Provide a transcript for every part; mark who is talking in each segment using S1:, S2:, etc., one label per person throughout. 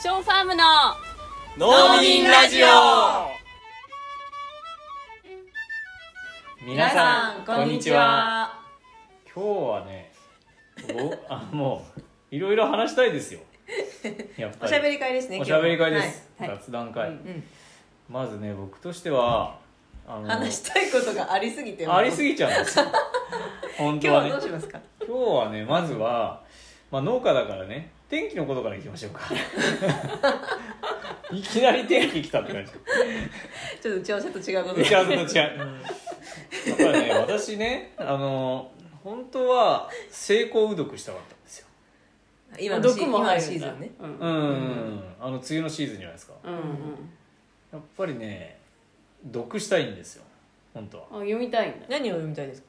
S1: ショーファームの
S2: 農民ラジオ
S3: 皆さんこんにちは今日はねお あもういろいろ話したいです よやっぱ
S4: お
S3: り
S4: しゃべり会ですね
S3: おしゃべり会です、
S4: 今日ははい
S3: 雑談会、
S4: はいうん
S3: まずね僕としてはあの
S4: 話したいことがありすぎて
S3: ありす
S4: ぎ
S3: ぎちゃうんで すよ本当
S4: 今
S3: は
S4: 日
S3: ね
S4: はどうしますか
S3: 今日はねまずは、まあ、農家だからね天気のことからいきましょう かいきなり天気来たって感じ
S4: ちょっと打ち合わせと違うこと
S3: 打ち合わせと違う、だからね私ねあの本当は成功うどくしたかったんですよ
S4: 今のシー
S1: 毒
S4: ズン
S1: も
S4: 今の
S1: 入る
S4: シー
S1: んだ
S4: ズンね
S1: うん
S3: う
S1: うん
S3: ん、あの梅雨のシーズンじゃないですかやっぱりね毒したいんですよ本当は
S1: うんあ読みたいんだ
S4: 何を読みたいですか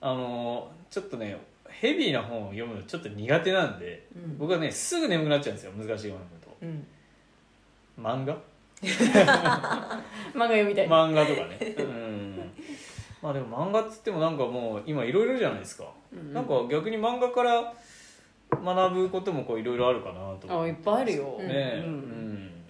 S3: あのちょっとねヘビーな本を読むのちょっと苦手なんで
S4: うん
S3: 僕はねすぐ眠くなっちゃうんですよ難しい本を読
S4: うん
S3: むと漫画
S1: 漫画読みたい
S3: 漫画とか ねうんまあでも漫画っつってもなんかもう今いろいろじゃないですか、
S1: うん
S3: なんか逆に漫画から学ぶこともこういろいろあるかなと思
S1: あ
S3: っ
S1: い
S3: て
S1: っぱいあるよ
S4: うん
S3: ね
S1: うん
S3: うん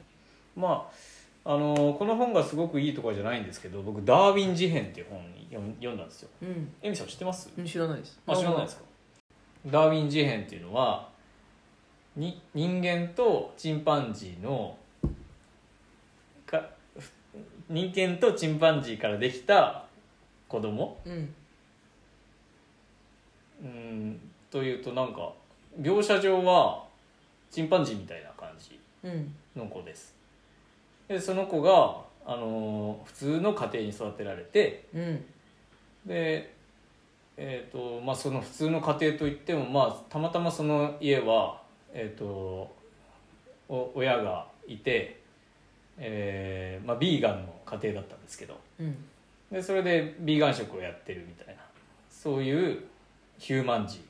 S3: まああのこの本がすごくいいとかじゃないんですけど僕「ダーウィン事変」っていう本読ん読んだんですよ
S4: うん
S3: えみさん知ってます
S4: うん知らないです
S3: あ知らないですかダーウィン事変っていうのはに人間とチンパンジーのか人間とチンパンジーからできた子供
S4: うん
S3: うんというとなんか描写上はチンパンジーみたいな感じ
S4: うん
S3: の子ですでその子が、あのー普通の家庭に育てられて
S4: うん
S3: でえーとまあ、その普通の家庭といっても、まあ、たまたまその家は、えー、とお親がいて、えーまあ、ビーガンの家庭だったんですけど
S4: うん
S3: でそれでビーガン食をやってるみたいなそういうヒューマンジー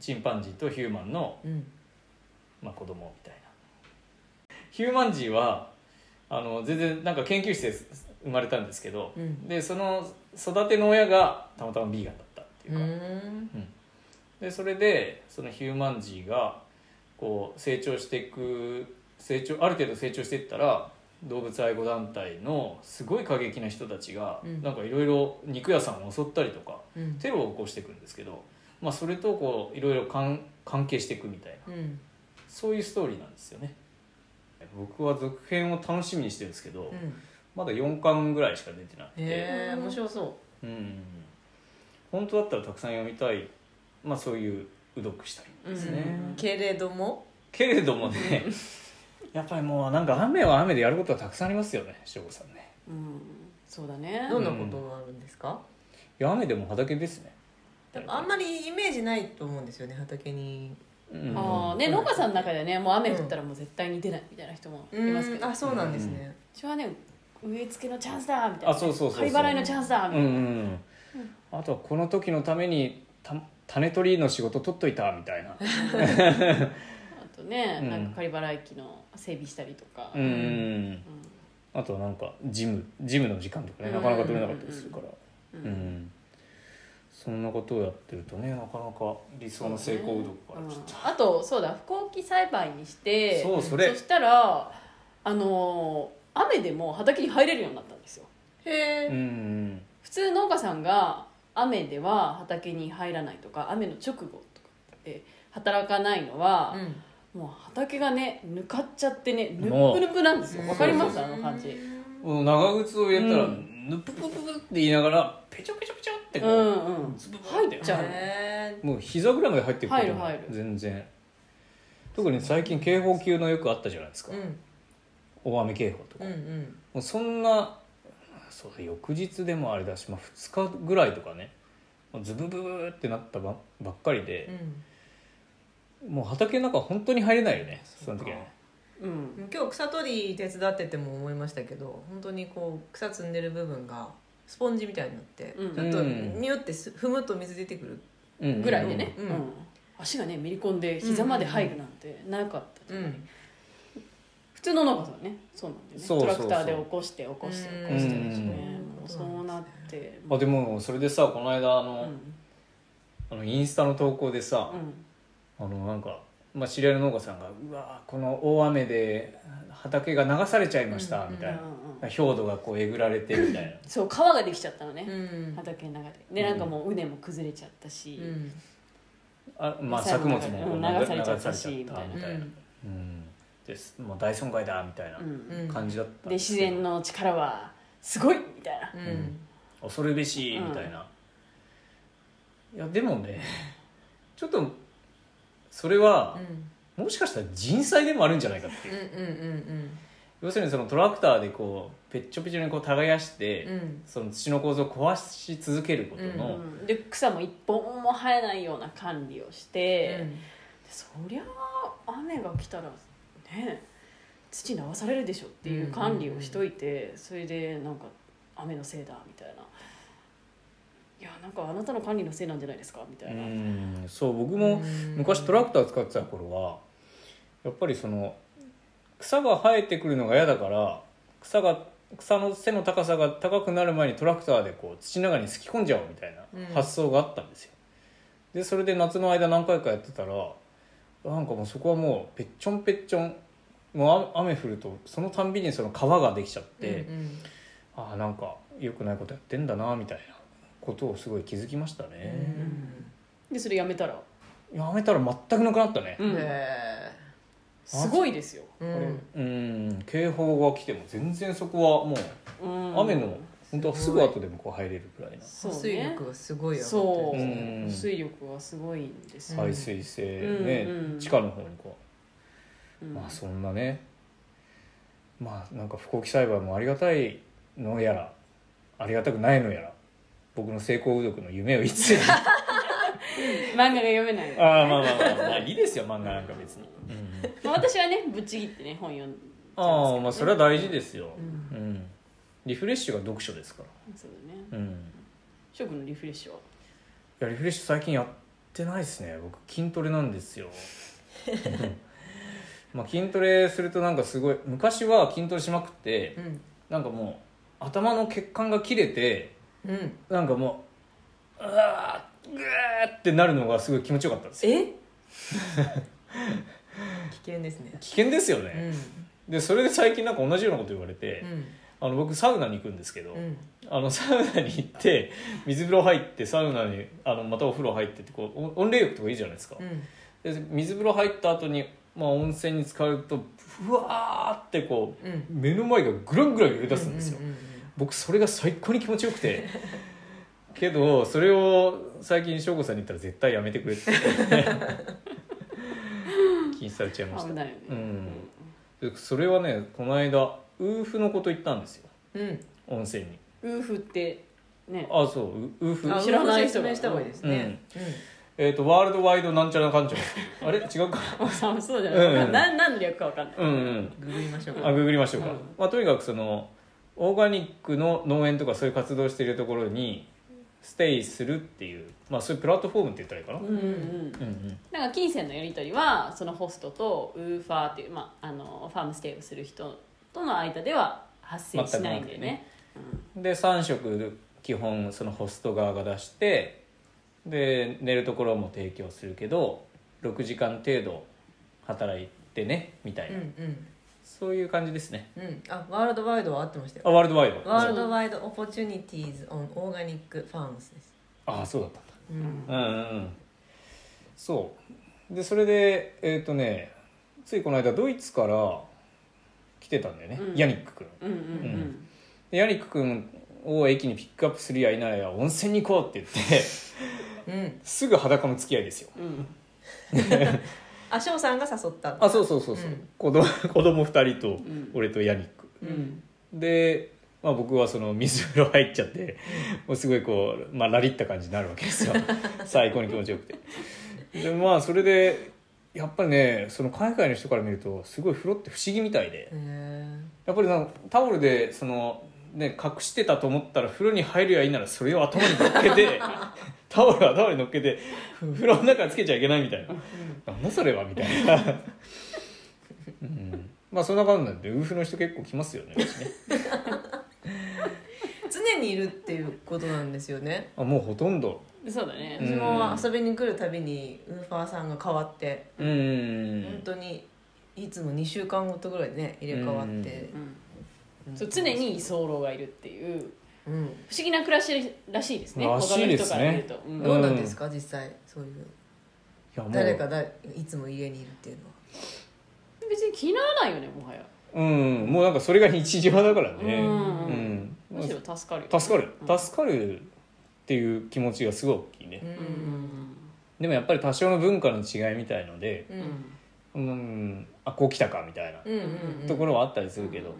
S3: チンパンジーとヒューマンの、
S4: うん
S3: まあ、子供みたいなヒューマンジーはあの全然なんか研究室で生まれたんですけど、
S4: うん
S3: でその育ての親がたまたまビーガンだったっていう
S4: う
S3: か、
S4: ん
S3: でそれでそのヒューマンジーがこう成長していく成長ある程度成長していったら動物愛護団体のすごい過激な人たちが、
S4: うん
S3: なんかいろいろ肉屋さんを襲ったりとか
S4: うん
S3: テロを起こしていくんですけど、まあ、それとこういろいろ関関係していくみたいな
S4: うん
S3: そういうストーリーなんですよね僕は続編を楽しみにしてるんですけど、
S4: うん
S3: まだ4巻ぐらいしか出てなくて、
S4: へえ面白そ
S3: うん本当だったらたくさん読みたい、まあ、そういううどくしたい
S4: うん
S3: すね
S4: けれども
S3: けれどもねやっぱりもうなんか雨は雨でやることはたくさんありますよね省吾さんね
S1: うんそうだね
S4: どんなことがあるんですか
S3: いや雨でも畑ですね
S4: でもあんまりイメージないと思うんですよね畑に
S3: うん
S1: あーね農家さんの中ではねもう雨降ったらもう絶対に出ないみたいな人もいますけど
S4: あそうなんですね
S1: 私はね植え付けのチャンスだみたいな
S3: あそうそうそうそう
S1: 灰払いのチャンスだみ
S3: う
S1: たい
S3: ん
S1: な
S3: うんあとはこの時のためにた種取りの仕事取っといたみたいな
S1: あとね
S3: うん
S1: なんか仮払い機の整備したりとか
S3: うんうんあとはなんかジムジムの時間とかねなかなか取れなかったりするから
S1: うん
S3: うんそんなことをやってるとねなかなか理想の成功うどくからちょっと
S1: あとそうだ不耕起栽培にして
S3: そうそれ
S1: したらあのー雨でも畑に入れるようになったんですよ
S4: へ
S3: うんう
S4: え
S3: ん
S1: 普通農家さんが雨では畑に入らないとか雨の直後とかって働かないのは、もう畑がねぬかっちゃってねぬっ
S3: もう
S1: ぷぬぷなんですよわかりますあの感じ
S3: もう長靴を入れたら、
S1: う
S3: ぬぷぷぷぷって言いながらペチョペチョペチョって
S1: う
S3: こう、
S1: んうん
S3: ズブブ
S1: 入っちゃう
S4: へ
S3: もう膝ぐらいまで入ってくる
S1: 入る入る
S3: 全然特に最近警報級のよくあったじゃないですか、
S4: えうん
S3: 大雨警報とか、
S4: うん
S3: も
S4: うん
S3: うそんなそうだ翌日でもあれだし、まあ、2日ぐらいとかねもうズブブブってなったばばっかりで、もう畑の中本当に入れないよねその時はね
S1: うん
S4: うん今日草取り手伝ってても思いましたけど本当にこう草摘んでる部分がスポンジみたいになって、
S1: うん
S4: ちょっと
S3: うん
S4: ニュってす踏むと水出てくる
S3: うんうん
S1: ぐらいでね、
S4: うん
S1: うん足がねめり込んで膝まで入るなんてなかった、
S4: うん
S1: 普通の農家さんはねそうなんでね
S3: そうそうそう
S1: トラクターで起こして起こして
S4: うん
S1: 起こしてるしね
S4: うん
S1: もうそうなって
S3: あでもそれでさこの間あの,、
S1: うん
S3: あのインスタの投稿でさ、
S1: うん
S3: あのなんかまあ、知り合いの農家さんが「うわーこの大雨で畑が流されちゃいました」
S4: うん
S3: みたいな、
S1: うんうんうん
S3: 氷土がこうえぐられてみたいな
S1: そう川ができちゃったのね、
S4: うん
S1: 畑の中ででなんかもう畝も崩れちゃったし、
S4: うん
S3: あ、まあ、
S1: 野菜
S3: 作
S1: も
S3: 物
S1: 流れ
S3: も
S1: うん流されちゃった
S3: 流さ
S1: し
S3: れちゃった
S1: み
S3: み
S4: た
S3: た
S4: い
S3: い
S4: な
S3: な、うんですもう大損害だみたい
S1: うん
S3: な
S4: うん
S3: 感じだったん
S1: で
S3: です
S1: 自
S3: けど
S1: 然の力はすごいみたいな
S4: う
S3: うん恐るべしみたいな、いやでもねちょっとそれは
S4: う、ん
S3: もしかしたら人災でもあるんじゃないかっていう
S4: うんうん
S3: 要するにそのトラクターでこうペッチョペチョにこう耕して、
S4: うんうん
S3: その土の構造を壊し続けること
S4: う
S3: の、
S1: うんで草も一本も生えないような管理をして、でそりゃあ雨が来たらね土流されるでしょっていう管理をしといて、それでなんか雨のせいだみたいな「いやなんかあなたの管理のせいなんじゃないですか」みたいな、
S3: うんそう僕
S4: う
S3: も
S4: ん
S3: 昔トラクター使ってた頃はやっぱりその草が生えてくるのが嫌だから草が草の背の高さが高くなる前にトラクターでこう土の中にすき込んじゃおうみたい
S4: うん
S3: な発想があったんですよ、でそれで夏の間何回かやってたらなんかもうそこはもうぺっちょんぺっちょんもう雨雨降るとそのたんびにその川ができちゃって、
S4: うん
S3: ああなんか良くないことやってんだなみたいなことをすごい気づきました
S4: うん
S3: ね、
S1: でそれやめたら、
S3: やめたら全くなくなったね、
S1: うん
S4: へえ
S1: すごいですよ、
S3: こ
S4: う
S3: れ
S4: ん
S3: うん警報が来ても全然そこはもう
S1: うん
S3: 雨の本当はすぐ後でもこう入れるくらいな
S1: そうね
S4: 水力がすごい上がって
S1: そ
S4: る
S1: う、
S4: んですね
S3: ん
S1: 水力がすごいんですよ、
S3: 排水性ね、
S1: うんうん
S3: 地下の方にこ
S1: う
S3: う、
S1: ん
S3: まあそんなねまあなんか不幸期栽培もありがたいのやらありがたくないのやら僕の成功うどくの夢をいつあ
S1: 漫画が読めない
S3: あまあまあまあまあいいですよ漫画なんか別に、うん
S1: まあ私はねぶっちぎってね本読んちゃいますけど
S3: ああ
S1: ね
S3: まあそれは大事ですよ、
S4: うん
S3: うんリフレッシュが読書ですか
S1: そうだね
S3: ら、うん、
S1: 翔くんのリフレッシュはい
S3: やリフレッシュ最近やってないですね僕筋トレなんです よまあ筋トレするとなんかすごい昔は筋トレしまくって
S4: うん
S3: なんかもう頭の血管が切れて
S4: うん
S3: なんかもううわーぐーってなるのがすごい気持ちよかったんですよ
S4: え危険ですね
S3: 危険ですよ
S4: う
S3: ね、
S4: ん
S3: でそれで最近なんか同じようなこと言われて、あの僕サウナに行くんですけど、
S4: うんうん
S3: あのサウナに行って水風呂入ってサウナにあのまたお風呂入ってってこうお温冷浴とかいいじゃないですか、
S4: うん
S3: で水風呂入った後にまあ、温泉に浸かるとふわーってこう
S4: うん
S3: 目の前がぐらんぐらん揺れ出すんですよ、
S4: うう
S3: 僕それが最高に気持ちよくてけどそれを最近省吾さんに言ったら絶対やめてくれって禁止されちゃいました
S1: 危ないよね、
S3: うんでそれはねこの間ウーフのこと言ったんですよ
S4: うんうん
S3: 温泉に
S1: うんウーフってね
S3: あそうウウーフ
S4: あ
S1: 知らない
S4: 説
S1: 人が
S4: 明した方がいいですね。
S3: えっ、と、ワールドワイドなんちゃらかんちゃら。あれ違うか。
S1: あそうそうじゃ
S3: うん
S1: な
S3: う
S1: い
S3: ん
S1: 何の略か分かんない
S3: うんうん。
S4: ググりましょうか。
S3: あ、ググりましょうか。
S1: うん
S3: まあ、とにかくその、オーガニックの農園とかそういう活動しているところに、ステイするっていう、まあ、そういうプラットフォームって言ったらいいかな。
S1: うんうん
S3: うんうん。
S1: なんか金銭のやり取りはそのホストとウーファーっていう、まあ、あのファームステイをする人との間では発生しないんだよね
S3: で、3食、基本、そのホスト側が出して、で、寝るところも提供するけど、6時間程度働いてね、みたい
S4: うん
S3: な。
S4: うん
S3: そういう感じですね。
S4: うん。あ、ワールドワイドは合ってました
S3: あ、
S4: よ。
S3: ワールドワイド。
S4: ワールドワイドオポチュニティーズオンオーガニックファームスです。
S3: ああ、そうだった。
S4: うん。
S3: うんうんうんそうでそれでえっ、とねついこの間ドイツから来てたんだよね、
S1: うん
S3: ヤニック君
S1: うんうんうんうん
S3: でヤニック君を駅にピックアップするや否や温泉に行こうって言って
S4: うん。
S3: すぐ裸の付き合いですよ
S1: うん
S4: あ、しょうさんが誘った。
S3: あそうそうそうそう、
S4: うん
S3: 子供子供2人と
S1: ん
S3: 俺とヤニック、
S1: うん
S3: で、まあ、僕はその水風呂入っちゃってもうすごいこう、まあ、ラリった感じになるわけ ですよ最高に気持ちよくてでまあそれでやっぱりねその海外の人から見るとすごい風呂って不思議みたいで
S4: へえ。
S3: やっぱりなんかタオルでその、ね、隠してたと思ったら風呂に入るやいいならそれを頭に乗っけ てタオルはタオルに乗っけて風呂の中につけちゃいけないみたいななんだそれはみたいな、うん、まあそんな感じなんでウーフの人結構来ますよねうちね
S4: 常にいるっていうことなんですよね。
S3: あもうほとんど
S1: そうだね、
S3: うん
S4: 私も遊びに来るたびにウーファーさんが変わって、
S3: うんうん
S4: 本当にいつも2週間ごとぐらいでね入れ替わって、
S1: うんそう常に居候がいるっていう
S4: うん、
S1: 不思議な暮らしらしいですね
S3: らしいで
S1: 他の人
S3: すね
S1: から見ると、うん
S4: どうなんですか、実際そういう
S3: いやもう
S4: 誰かだいつも家にいるっていうのは
S1: 別に気にならないよねもはや、
S3: うんもうなんかそれが日常だからね
S1: うん
S3: うん
S1: むしろ助かるよね
S3: 助かる
S1: うん
S3: 助かるっていう気持ちがすごい大きいね、
S4: う
S1: うん
S3: でもやっぱり多少の文化の違いみたいので
S4: う
S1: うんうん
S4: ん
S3: うんあこう来たかみたいな
S4: うんうん
S3: ところはあったりするけど、
S4: うん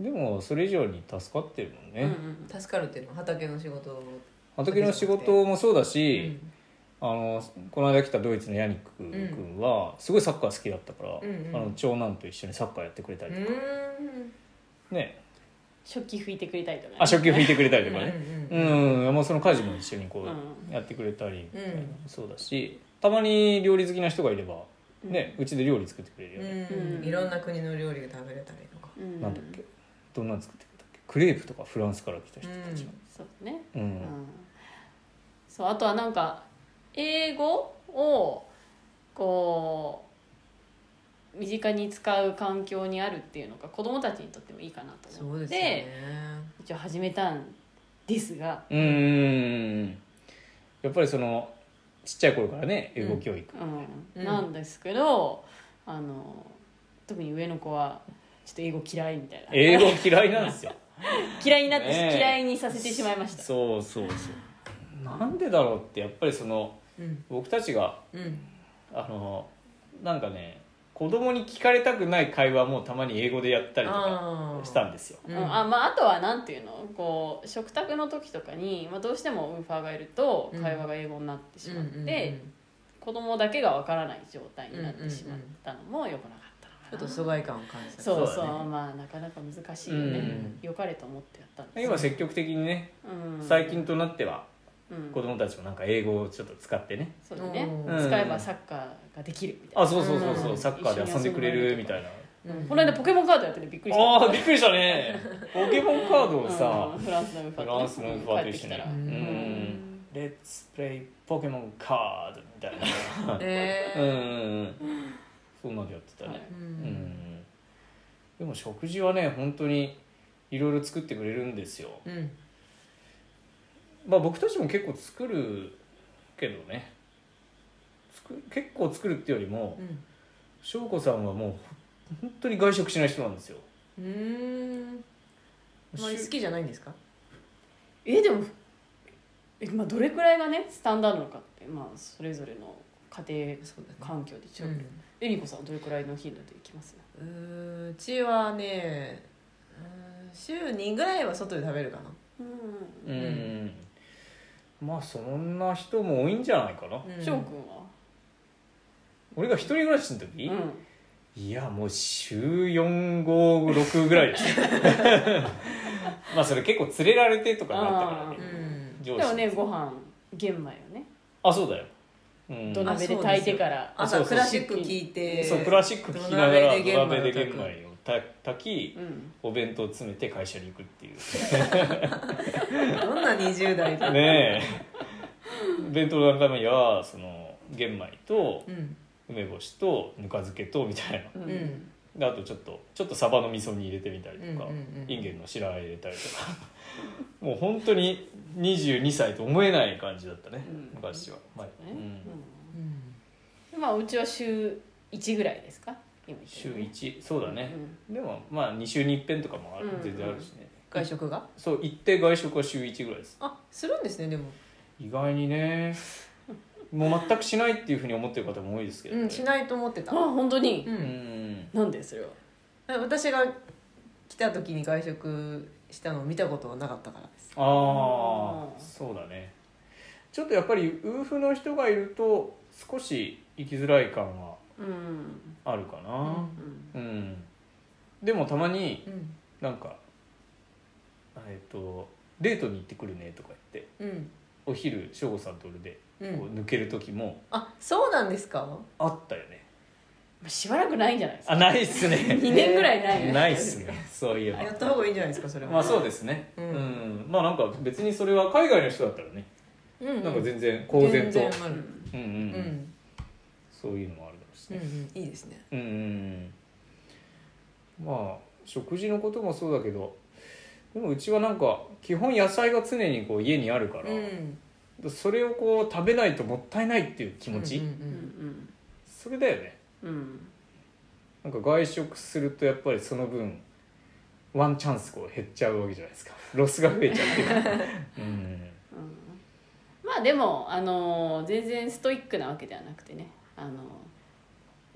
S3: でもそれ以上に助かってるもんね、
S1: うんうん
S4: 助かるっていうのは畑の仕事を
S3: 畑の仕事もそうだ
S4: う
S3: し、
S4: ん
S3: あのこの間来たドイツのヤニック君はすごいサッカー好きだったから、
S4: うんうん
S3: あの長男と一緒にサッカーやってくれた
S4: う
S3: り
S4: ん
S3: とか、ね
S1: 食器拭いてくれたりとかね、
S3: あ食器拭いてくれたりとかね
S4: う
S3: うんん、もうその家事も一緒にこ
S1: う
S3: うやってくれたりみたいな、
S4: うん
S3: そうだしたまに料理好きな人がいればねうちで料理作ってくれるよ
S4: う
S3: ね、
S4: んうんいろんな国の料理が食べれたりとか
S1: うん
S3: なんだっけどんなの作ってくれたっけクレープとかフランスから来た人たちの
S1: そうね
S3: うん、
S1: うんそうあとはなんか英語をこう身近に使う環境にあるっていうのが子供たちにとってもいいかなと
S4: そ
S1: 思
S4: う
S1: っ
S4: で
S1: て
S4: すよね
S1: 一応始めたんですが、
S3: うんうんうんうんやっぱりそのちっちゃい頃からね英語教育、
S1: う
S4: うん
S1: ん、なんですけどあの特に上の子はちょっと英語嫌いみたいな
S3: 英語嫌いなんですよ
S1: 嫌いになって、
S3: ねえ
S1: 嫌いにさせてしまいました
S3: そうそうそうなんでだろうってやっぱりその
S4: うん
S3: 僕たちが
S4: うん
S3: あのなんかね子供に聞かれたくない会話もたまに英語でやったりとか
S4: あー
S3: したんですよ
S4: うん
S1: うんあまあ、あとはなんていうのこう食卓の時とかに、まあ、どうしてもウーファーがいると
S4: うん
S1: 会話が英語になってしまって、
S4: うんうんうん
S1: 子供だけがわからない状態になってしまったのも良くなかったのかな
S4: ちょっと疎外感を感じた
S1: そうそ
S3: そ
S1: う
S3: うだね
S1: まあなかなか難しいよね、
S3: うん
S1: 良かれと思ってやったんです
S3: 今積極的にね
S1: うん
S3: 最近となっては
S1: うん
S3: 子供たちもなんか英語をちょっと使ってね
S1: そうだね、
S4: うん
S1: 使えばサッカーができるみたい
S3: あ
S1: な
S3: そうそうそうそう、
S1: うん
S3: サッカーで遊んでくれるみたいな
S4: うん
S1: この間ポケモンカードやっててびっくりした
S3: あーびっくりしたね ポケモンカードをさ、
S1: うんフランスのウーファー
S3: フランスのウーファーと一緒に
S1: 帰ってきたら
S3: うん
S1: うん
S3: レッツプレイポケモンカードみたいな
S4: え
S3: う
S4: ー
S3: んそんなのやってたね、
S4: う
S3: うん
S4: ん
S3: でも食事はね本当にいろいろ作ってくれるんですよ
S4: うん
S3: まあ僕たちも結構作るけどね作結構作るってよりも
S4: うん
S3: 翔子さんはもう本当に外食しない人なんですよ
S4: うーんあまり好きじゃないんですか
S1: えでもえ、まあ、どれくらいがねスタンダードなのかって、まあ、それぞれの家
S4: そうだね
S1: 庭環境で違
S4: う
S1: うけ
S4: ん
S1: ど、えみこさんどれくらいの頻度で行きます
S4: うーうちはねうーん週2ぐらいは外で食べるかな
S1: うん
S3: うん、まあそんな人も多いんじゃないかな、
S4: うん
S1: 翔くんは、
S3: 俺が一人暮らしの時、
S1: うん、
S3: いやもう週456ぐらいでしたまあそれ結構連れられてとかなったからね
S1: あー
S3: 上
S4: うん
S1: でも
S3: 司
S1: ねご飯玄米をね
S3: あそうだよ、うん、
S1: 土鍋で炊いてから
S3: あ
S4: 朝
S3: そうそう
S4: クラシック聞いて
S3: そうクラシック聴きながら土鍋で玄
S4: を炊
S3: 米を炊き
S1: うん
S3: お弁当詰めて会社に行くっていう
S4: くどんな20代だ
S3: ねえ弁当の中身はその玄米と
S4: うん
S3: 梅干しとぬか漬けとみたい
S1: うん
S4: うんうん
S3: なであとちょっとちょっとサバの味噌煮入れてみたり
S4: うん
S3: とか、
S4: うん
S3: インゲンの白あえ入れたりとかもう本当に22歳と思えない感じだったね、
S1: うん
S3: 昔は、まあ
S1: ね
S3: うん
S4: うん
S1: うんまあうちは週1ぐらいですか今行って
S3: 週
S1: るのね
S3: 1そうだね
S1: う、
S3: でもまあ2週に1遍とかもある
S1: うん
S3: 全然あるしね、
S4: 外食が
S3: そう行って外食は週1ぐらいです
S4: あするんですねでも
S3: 意外にねもう全くしないっていうふうに思ってる方も多いですけど、ね
S4: うんしないと思ってた
S1: ん、あ本当に
S4: う、
S3: うんん
S1: なんでそれは
S4: 私が来た時に外食したのを見たことはなかったからです
S3: ああ
S1: うん
S3: そうだねちょっとやっぱり夫婦の人がいると少し生きづらい感は
S1: うん
S3: あるか
S4: う
S3: な
S1: うん
S3: うん、でもたまに
S4: うん
S3: なんかえっ、とデートに行ってくるねとか言って
S4: うん
S3: お昼省吾さんと俺で
S4: う
S3: こ
S4: ん
S3: う抜ける時も
S4: あそうなんですか
S3: あったよね、
S1: まあしばらくないんじゃないですか
S3: あないっすね
S1: 2年ぐらいないよね
S3: ないっすねそういえば
S4: やった方がいいんじゃないですかそれは
S3: まあそうですね
S4: う
S3: うんん、まあなんか別にそれは海外の人だったらね
S4: うんうん
S3: なんか全然公然と
S4: 全然あ
S1: う
S4: る
S1: ん
S3: うんうん
S4: うん
S3: うんそういうのもあるだろうし
S4: うん
S3: ね、
S4: うんいいですね
S3: うんうんうん、まあ食事のこともそうだけどでもうちはなんか基本野菜が常にこう家にあるから、
S4: うん
S3: それをこう食べないともったいないっていう気持ち、
S4: うんう
S1: うん
S4: ん
S3: それだよね
S1: うんうん
S3: なんか外食するとやっぱりその分ワンチャンスこう減っちゃうわけじゃないですかロスが増えちゃうっていう かうん
S1: うんまあでも、あのー全然ストイックなわけではなくてね、あのー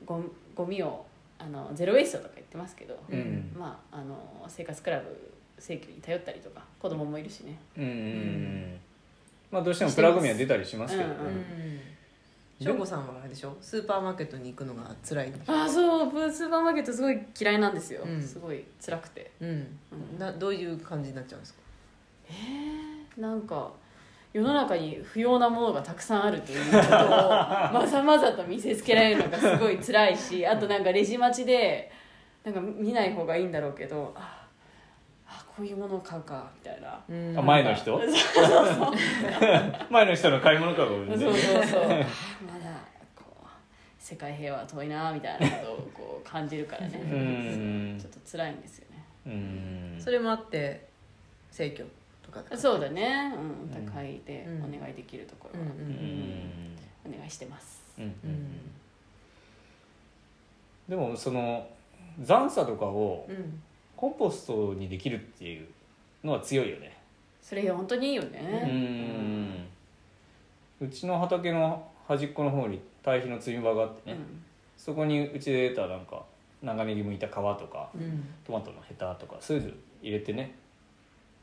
S1: ごゴミを、あのーゼロウェイストとか言ってますけど、
S3: うんうん
S1: まあ、あのー生活クラブ請求に頼ったりとか子供もいるしね、
S3: うんうんうんまあどうしてもプラゴミは出たりしますけど、ね
S1: うんうん
S4: しょうこさんはあれでしょスーパーマーケットに行くのが辛いんでしょ
S1: ああそうブースーパーマーケットすごい嫌いなんですよ、
S4: うん
S1: すごい辛くて
S4: うん
S1: うん
S4: などういう感じになっちゃうんですか
S1: えー、なんか世の中に不要なものがたくさんあるということをまざまざと見せつけられるのがすごい辛 いしあとなんかレジ待ちでなんか見ない方がいいんだろうけどああこういうものを買うかみたいな
S4: うん
S3: あ前の人 前の人の買い物かごめん
S1: そうそうそうあーまだこう世界平和は遠いなみたいなことをこう感じるから
S3: う
S1: ね
S3: ん
S1: ちょっと辛いんですよね
S3: うん
S4: それもあって生協とかが
S1: そうだね、うん、
S3: うん
S1: お互いで
S4: うん
S1: お願いできるところ
S4: うん
S1: は
S4: うんう
S3: うん
S4: ん
S1: お願いしてます、
S3: うんうんでもその残差とかを
S4: うん
S3: コンポストにできるっていうのは強いよね
S1: それ本当にいいよ
S3: う
S1: ね、
S3: んうちの畑の端っこの方に堆肥の積み場があってね、そこにうちで得たなんか長ネギ剥いた皮とか
S4: うん
S3: トマトのヘタとかそういうの入れてね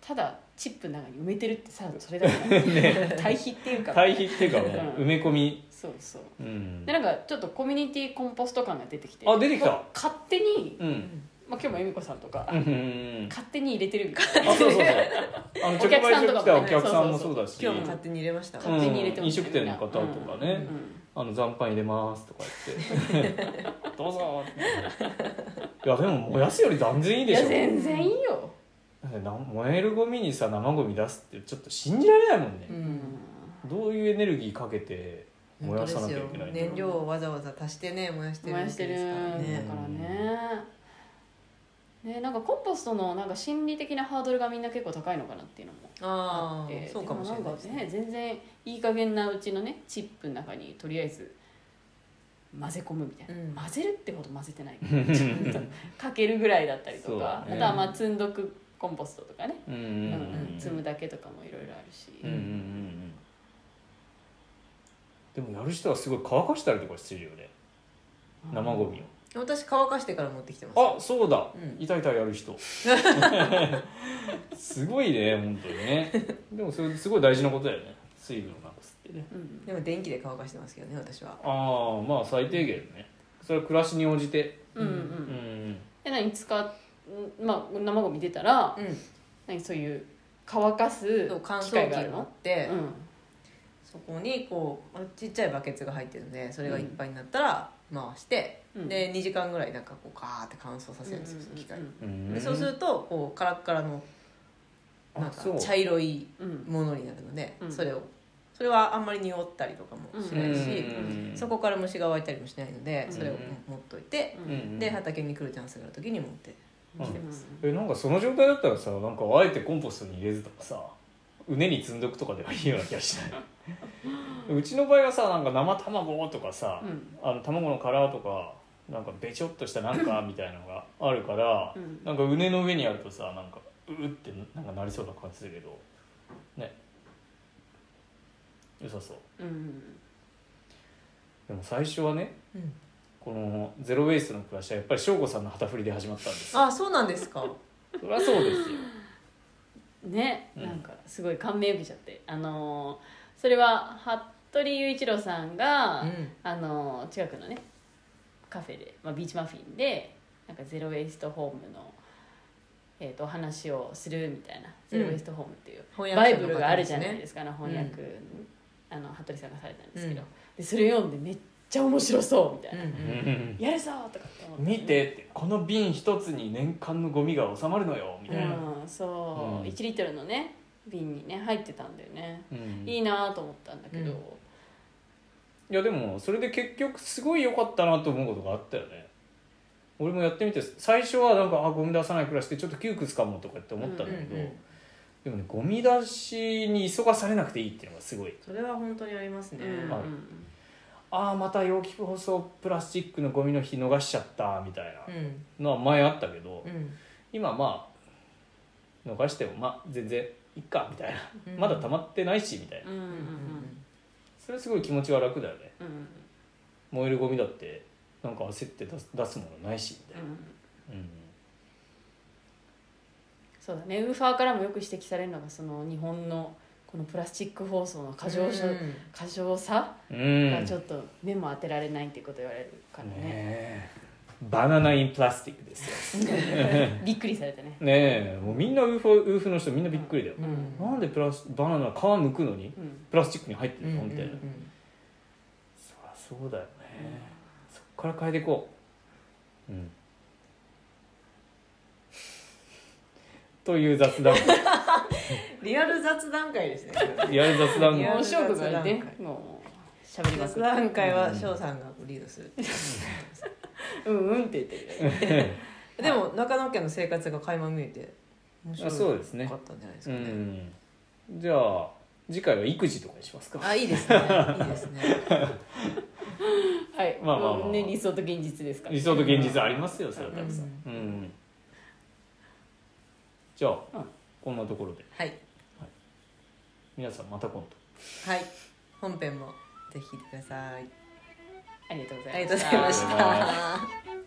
S1: ただチップの中に埋めてるってさそれだけだね 対比っていうか
S3: 堆肥っていうかもう埋
S1: うん
S3: め込み、
S1: そうそう
S3: うん
S1: でなんかちょっとコミュニティコンポスト感が出てきて
S3: あ出てきた
S1: こう勝手に、
S3: うん
S1: まあ、今日も恵美子さんとか、
S3: うんうんうん
S1: 勝手に入れてるみたいな
S3: あそうそうそうあの
S1: お
S3: 直
S1: 客
S3: 売
S1: さん
S3: 所
S1: とかもね
S3: 来たお客さんもそうだし
S4: 今日も勝手に入れました
S1: 勝手に入れて
S3: うん
S1: ま
S3: 飲
S1: すね
S3: 食店の方とかね、
S1: うん
S3: あの残飯入れますとか言 ってどうぞっていやでも燃やすより断然いい
S1: い
S3: でし
S1: や
S3: ょ
S1: 全然いいよ、
S3: だってな燃えるゴミにさ生ゴミ出すってちょっと信じられないもんね
S4: う、
S1: うん
S4: ん
S3: どういうエネルギーかけて燃
S4: 本当
S3: や
S4: です
S3: さなきゃい
S4: よ
S3: けないの
S4: 燃料をわざわざ足してね燃やしてるわ
S1: 燃
S4: け
S1: や
S4: で
S1: し
S4: すか
S1: て
S4: ら
S1: るんだ
S4: ね
S1: からねねなんかコンポストのなんか心理的なハードルがみんな結構高いのかなっていうのもあ
S4: あ
S1: って
S4: あそうかもしれないです
S1: でもんかね
S4: ね
S1: 全然いい加減なうちのねチップの中にとりあえず混ぜ込むみたいな、
S4: うん
S1: 混ぜるってほど混ぜてない けどちょっとかけるぐらいだったりと
S3: そう
S1: か、
S3: だね
S1: あとはまあ積んどくコンポストとかね、
S3: うんうん
S1: うん
S3: うん
S1: 積むだけとかもいろいろあるし、
S3: うんうんうんうんでもやる人はすごい乾かしたりとかしてるよね生ゴミ
S4: 私乾かしてから持ってきてます
S3: をあそうだ
S4: うん
S3: いたいたやる 人すごいね本当にねでもそれすごい大事なことだよね水分をなくすってね
S1: うん
S4: でも電気で乾かしてますけどね私は
S3: ああまあ最低限ねそれは暮らしに応じて
S1: うん
S3: う
S1: う
S3: んん
S1: で何使っまあ生ゴミ出たら
S4: うん
S1: 何そういう乾かす
S4: そう乾
S1: 機
S4: 燥
S1: 械
S4: 機
S1: があ
S4: があ
S1: る
S4: っ
S1: の
S4: て
S1: うん
S4: そこにこうちっちゃいバケツが入ってるのでそれがいっぱいになったら回して、
S1: うん
S4: で2時間ぐらいなんかこうガーって乾燥させるんですよ、その機械、
S3: うん
S4: でそうするとこうカラッカラのなん
S3: あそう
S4: か茶色い
S1: うん
S4: ものになるので、
S1: うん
S4: それをそれはあんまり匂ったりとかもし
S3: うんう
S4: ない
S3: ん
S4: し、
S3: うん
S4: そこから虫が湧いたりもしないので
S1: うん
S4: それを持っといて、
S1: う
S3: うん
S1: ん
S4: で畑に来るチャンスがある時に持って
S3: うん
S4: きてます、
S3: えなんかその状態だったらさなんかあえてコンポストに入れずとかさうねに積んどくとかではいいような気がし ないうちの場合はさなんか生卵とかさ、
S1: うん
S3: あの卵の殻とかなんかべちょっとしたなんかみたいなのがあるから、
S1: うん
S3: なんかうねの上にあるとさなんかううってなんかなりそうな感じするけどね良さそう
S1: うん
S3: でも最初はね
S4: うん
S3: このゼロ・ウェイストの暮らしはやっぱり翔子さんの旗振りで始まったん です
S4: あそうなんですか
S3: そりゃそうですよ
S1: ね、
S3: うん
S1: なんかすごい感銘受けちゃってあのーそれは服部雄一郎さんが、
S4: うん
S1: あのー近くのねカフェで、まあ、ビーチマフィンでなんかゼロ・ウェイストホームの、えー、とお話をするみたいな、ゼロ・ウェイストホームっていう
S4: 翻
S1: バイ
S4: 訳者の方ですね
S1: ブルがあるじゃないですかあの翻訳、あの服部さんがされたんですけど、
S4: うん
S1: でそれ読んでめっちゃ面白そうみたいな「
S4: うんうん
S1: やるぞ!」とかって思って、
S3: 見てってこの瓶一つに年間のゴミが収まるのよみたいな、
S1: うん、そ
S3: う
S1: う、
S3: ん
S1: 1リットルのね瓶にね入ってたんだよね、
S3: うん
S1: いいなと思ったんだけど、
S4: うん
S3: いやでもそれで結局すごい良かったなと思うことがあったよね俺もやってみて最初はなんかあゴミ出さない暮らしてちょっと窮屈かもとかって思ったんだけど、
S4: うんうんうん
S3: でもねゴミ出しに急がされなくていいっていうのがすごい
S4: それは本当にありますね、
S1: うん
S3: はいああまた容器包装プラスチックのゴミの日逃しちゃったみたい
S4: うん
S3: なのは前あったけど、
S4: うん
S3: 今まあ逃してもまあ全然いっかみたいな、
S4: うん
S3: まだ溜まってないしみたいな
S1: うんうんうん
S4: うん
S3: それすごい気持ちが楽だよね
S1: うんうん
S3: 燃えるゴミだってなんか焦って出す出すものないしみた
S1: う
S3: いな、
S1: ん
S3: うん
S1: そうだねウーファーからもよく指摘されるのがその日本のこのプラスチック包装の過剰さ,、
S4: うん
S1: 過剰さ
S3: うん
S1: がちょっと目も当てられないっていうこと言われるから
S3: ね
S1: ね
S3: えバナナインプラスティックです よ
S1: びっくりされたね
S3: ねえもうみんなウーフウーフの人みんなびっくりだよ、
S1: うん
S3: なんでプラスバナナ皮むくのに
S1: うん
S3: プラスチックに入って
S4: う
S3: る
S4: んうん
S3: のみたいな、そりゃそうだよね、そっから変えていこううんという雑談
S4: リアル雑談会ですねそれ
S3: リアル雑談
S4: いや
S1: もう翔くんが
S4: 雑
S1: ね
S4: 談会
S1: もう喋りま
S4: 雑
S1: す
S4: 談会は翔さんがリードする、
S1: うんうんって言ってる
S4: でも中野家の生活が垣間見えて面白
S3: あそうですね
S4: かったんじゃないです
S3: う
S4: かね、
S3: んじゃあ次回は育児とかにしますか
S4: あいいですねいいですね
S1: はい
S3: まあまあまあまあ
S1: うんね理想と現実ですから
S3: 理想と現実ありますよそれはたくさんうん、じゃあ、
S1: うん
S3: こんなところで
S4: はい
S3: 皆さんまた今度
S4: はい本編もぜひ聞いてください
S1: ありがとうござ
S4: あ
S1: い
S4: りがと
S1: ま
S4: う
S1: し
S4: ござ
S1: た
S4: いまし
S3: ありがとうござい
S4: た